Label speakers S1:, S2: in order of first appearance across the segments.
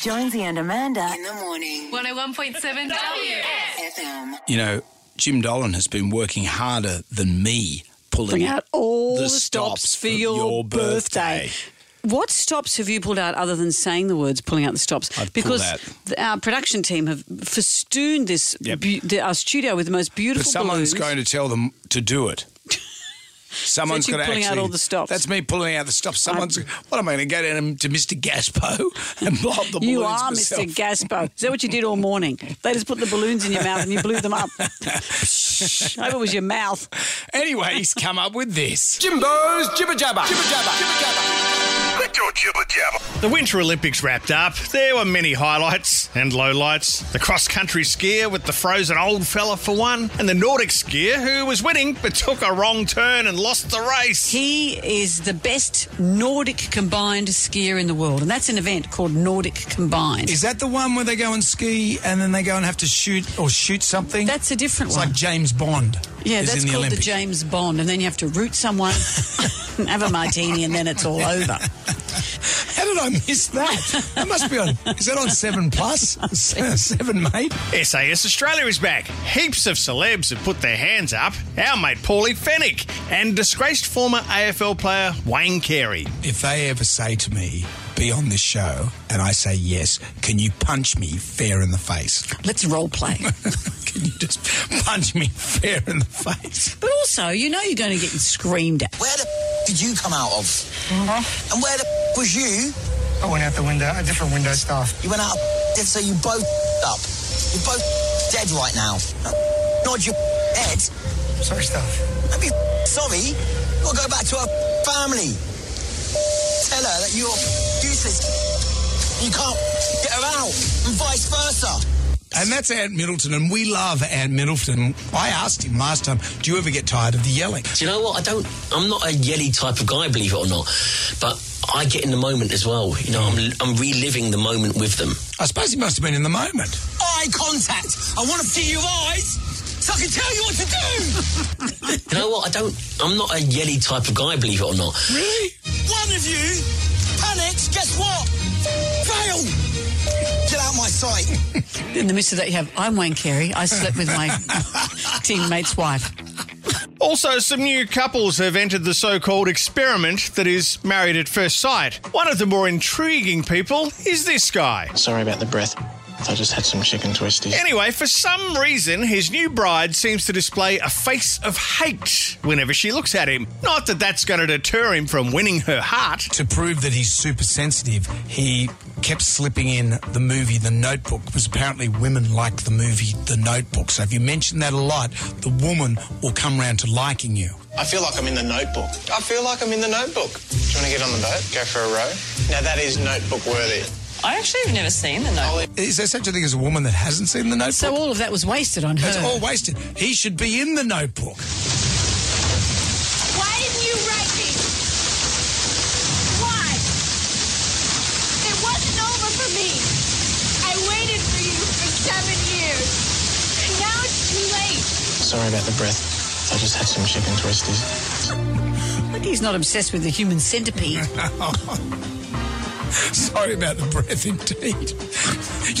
S1: Jonesy and Amanda.
S2: In the morning.
S3: 101.7 W.
S2: FM.
S4: You know, Jim Dolan has been working harder than me pulling
S5: Bring out all
S4: the
S5: the stops,
S4: stops
S5: for
S4: for
S5: your,
S4: your
S5: birthday.
S4: birthday.
S5: What stops have you pulled out other than saying the words, pulling out the stops?
S4: I've pulled
S5: because
S4: out-
S5: th- our production team have festooned this
S4: Yep.
S5: bu- the, our studio with the most beautiful
S4: But someone's
S5: balloons.
S4: going to tell them to do it. Someone's
S5: you
S4: going to
S5: pulling
S4: actually.
S5: out all the stops.
S4: That's me pulling out the stops. Someone's. what am I going to go down and- to Mr. Gaspo and blow up the
S5: you
S4: balloons
S5: are
S4: myself?
S5: Mr. Gaspo. Is that what you did all morning? They just put the balloons in your mouth and you blew them up. Psh, I hope it was your mouth.
S4: Anyway, he's come up with this.
S6: Jimbo's Jibber Jabber. Jibber Jabber. Jibber Jabber.
S7: Let your jibber jabber.
S8: The Winter Olympics wrapped up. There were many highlights and lowlights. The cross country skier with the frozen old fella for one, and the Nordic skier who was winning but took a wrong turn and lost the race.
S5: He is the best Nordic combined skier in the world, and that's an event called Nordic Combined.
S4: Is that the one where they go and ski and then they go and have to shoot or shoot something?
S5: That's a different
S4: it's
S5: one.
S4: like James Bond.
S5: yeah,
S4: is
S5: that's
S4: in the
S5: called
S4: Olympics.
S5: the James Bond, and then you have to root someone, and have a martini, and then it's all over.
S4: How did I miss that? That must be on. Is that on Seven Plus? Seven, mate.
S8: SAS Australia is back. Heaps of celebs have put their hands up. Our mate Paulie Fennick and disgraced former AFL player Wayne Carey.
S4: If they ever say to me, "Be on this show," and I say yes, can you punch me fair in the face?
S5: Let's role play.
S4: can you just punch me fair in the face?
S5: But also, you know you're going to get screamed at.
S6: Where the f- did you come out of? And where the f- was you?
S9: I went out the window, a different window staff.
S6: You went out of f- so you both f- up. You're both f- dead right now. Now, f- Nod your f- head.
S9: Sorry, staff.
S6: Don't be f- sorry. you got to go back to our f- family. Tell her that you're f- useless. You can't f- get her out. And vice versa.
S4: And that's Ant Middleton, and we love Ant Middleton. I asked him last time, "Do you ever get tired of the yelling?"
S10: Do you know what? I don't. I'm not a yelly type of guy, believe it or not. But I get in the moment as well. You know, I'm, I'm reliving the moment with them.
S4: I suppose he must have been in the moment.
S6: Eye contact. I want to see your eyes so I can tell you what to do.
S10: You know what? I don't. I'm not a yelly type of guy, believe it or not.
S4: Really?
S6: One of you panics, guess what? Fail! Get out my sight.
S5: In the midst of that, you have I'm Wayne Carey. I slept with my teammate's wife.
S8: Also, some new couples have entered the so called experiment that is married at first sight. One of the more intriguing people is this guy.
S9: Sorry about the breath. I just had some chicken twisties.
S8: Anyway, for some reason, his new bride seems to display a face of hate whenever she looks at him. Not that that's going to deter him from winning her heart.
S4: to prove that he's super sensitive, he kept slipping in the movie The Notebook because apparently women like the movie The Notebook. So if you mention that a lot, the woman will come round to liking you.
S9: I feel like I'm in the notebook. I feel like I'm in the notebook. Do you want to get on the boat? Go for a row? Now that is notebook worthy.
S3: I actually have never seen the note.
S4: Is there such a thing as a woman that hasn't seen The Notebook?
S5: So all of that was wasted on her.
S4: That's all wasted. He should be in The Notebook.
S2: Why didn't you write this? Why? It wasn't over for me. I waited for you for seven years. Now it's too late.
S9: Sorry about the breath. I just had some chicken twisties.
S5: Like he's not obsessed with the human centipede.
S4: Sorry about the breath, indeed.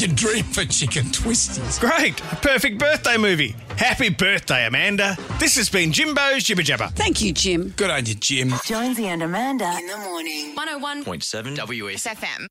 S4: you dream for chicken twisties.
S8: Great, a perfect birthday movie. Happy birthday, Amanda. This has been Jimbo's Jibber Jabber.
S5: Thank you, Jim.
S4: Good on you, Jim.
S1: Jonesy and Amanda.
S2: In the morning.
S3: 101
S6: Point seven WS.
S3: FM.